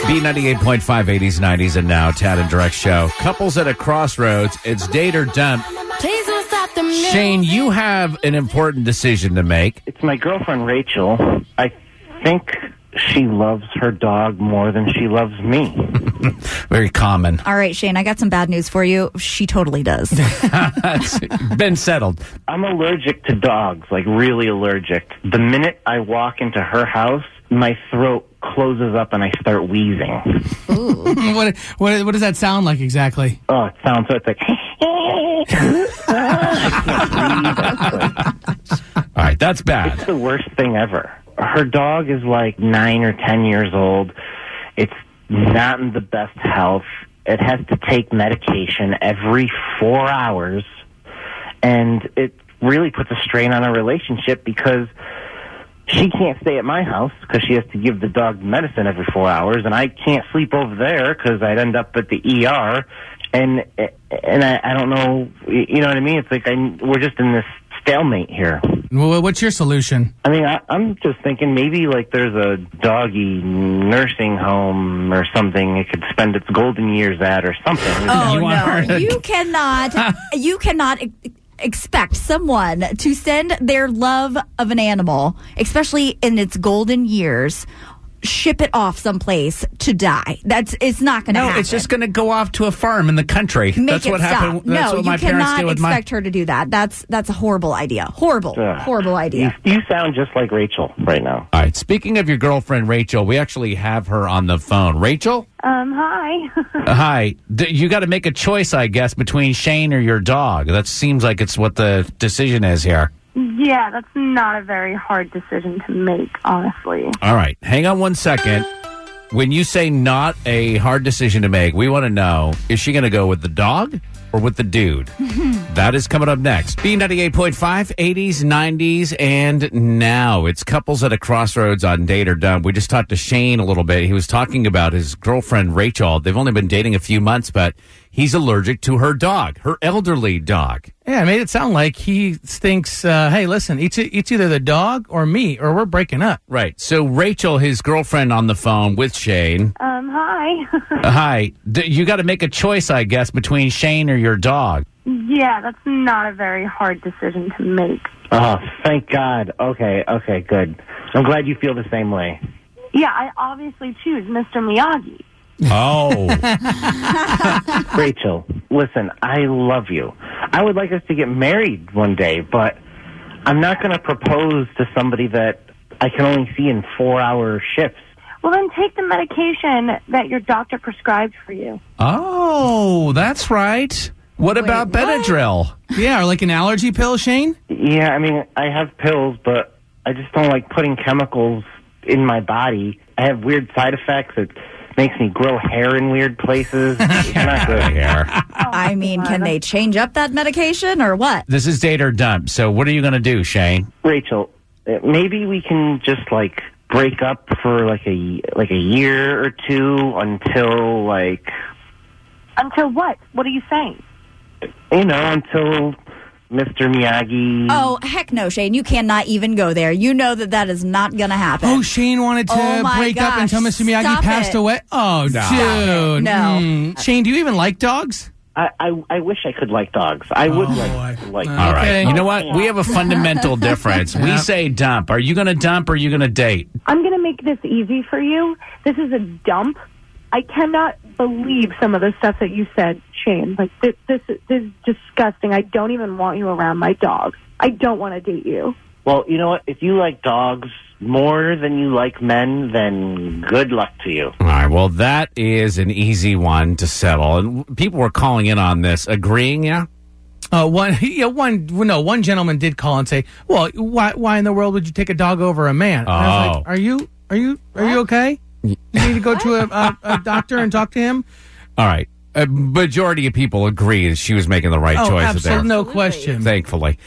B98.5, 80s, 90s, and now Tad and Direct Show. Couples at a crossroads. It's date or dump. Please don't stop them. now. Shane, you have an important decision to make. It's my girlfriend Rachel. I think she loves her dog more than she loves me. Very common. All right, Shane, I got some bad news for you. She totally does. That's been settled. I'm allergic to dogs, like really allergic. The minute I walk into her house, my throat closes up and I start wheezing. what, what what does that sound like exactly? Oh, it sounds so it's like All right, that's bad. the worst thing ever. Her dog is like nine or ten years old. It's not in the best health. It has to take medication every four hours, and it really puts a strain on our relationship because she can't stay at my house because she has to give the dog medicine every four hours, and I can't sleep over there because I'd end up at the ER, and and I, I don't know, you know what I mean? It's like I we're just in this stalemate here. Wha- What's your solution? I mean, I, I'm just thinking maybe like there's a doggy nursing home or something it could spend its golden years at or something. Oh You are- no, you cannot, you cannot e- expect someone to send their love of an animal, especially in its golden years, ship it off someplace to die. That's it's not going to No, happen. it's just going to go off to a farm in the country. Make that's it what stop. happened. That's no, what my you parents did cannot with my. expect her to do that. That's that's a horrible idea. Horrible, Ugh. horrible You, idea. you sound just like Rachel right now. All right. Speaking of your girlfriend Rachel, we actually have her on the phone. Rachel, Um, hi. Uh-huh. Uh, hi. D- you got to make a choice, I guess, between Shane or your dog. That seems like it's what the decision is here. yeah, that's not a very hard decision to make, honestly. All right. Hang on one second. When you say not a hard decision to make, we want to know is she going to go with the dog or with the dude? that is coming up next. B98.5, 80s, 90s, and now. It's couples at a crossroads on Date or Dump. We just talked to Shane a little bit. He was talking about his girlfriend, Rachel. They've only been dating a few months, but he's allergic to her dog, her elderly dog. Yeah, I made it sound like he thinks, uh, hey, listen, it's it's either the dog or me, or we're breaking up. Right. So, Rachel, his girlfriend on the phone with Shane. Um, hi. Uh, Hi. D- you got to make a choice, I guess, between Shane or your dog. yeah, that's not a very hard decision to make. Oh, thank God. Okay, okay, good. I'm glad you feel the same way. Yeah, I obviously choose Mr. Miyagi. Oh. Rachel, listen, I love you. I would like us to get married one day, but I'm not going to propose to somebody that I can only see in four hour shifts. Well, then take the medication that your doctor prescribed for you. oh, that's right. What about Benadryl? Yeah, or like an allergy pill, Shane. Yeah, I mean, I have pills, but I just don't like putting chemicals in my body. I have weird side effects. It makes me grow hair in weird places. It's not good. There. I mean, can they change up that medication or what? This is date or dump. So, what are you going to do, Shane? Rachel, uh, maybe we can just like break up for like a like a year or two until like Until what? What are you saying? you know until Mr. Miyagi. Oh heck no, Shane! You cannot even go there. You know that that is not going to happen. Oh, Shane wanted to Oh, my break up gosh, until Mr. Miyagi stop passed it. away. Oh, Stop dude. it. No. Mm. Shane, do you even like dogs? I, I I wish I could like dogs. I would like boy. like. Uh, All right. Okay. You know what? We have a fundamental difference. We say dump. Are you going to dump or are you going to date? I'm going to make this easy for you. This is a dump. I cannot believe some of the stuff that you said, Shane. Like this, this, this is disgusting. I don't even want you around my dog. I don't want to date you. Well, you know what? If you like dogs more than you like men, then good luck to you. All right. Well, that is an easy one to settle. And people were calling in on this, agreeing, yeah? Uh, one, yeah, one, no, one gentleman did call and say, "Well, why, why in the world would you take a dog over a man?" And I was Oh. like, "Are you, are you, are you okay?" You need to go to a, a, a doctor and talk to him. All right. A majority of people agree that she was making the right Oh, choice absolutely, there. no question. Thankfully.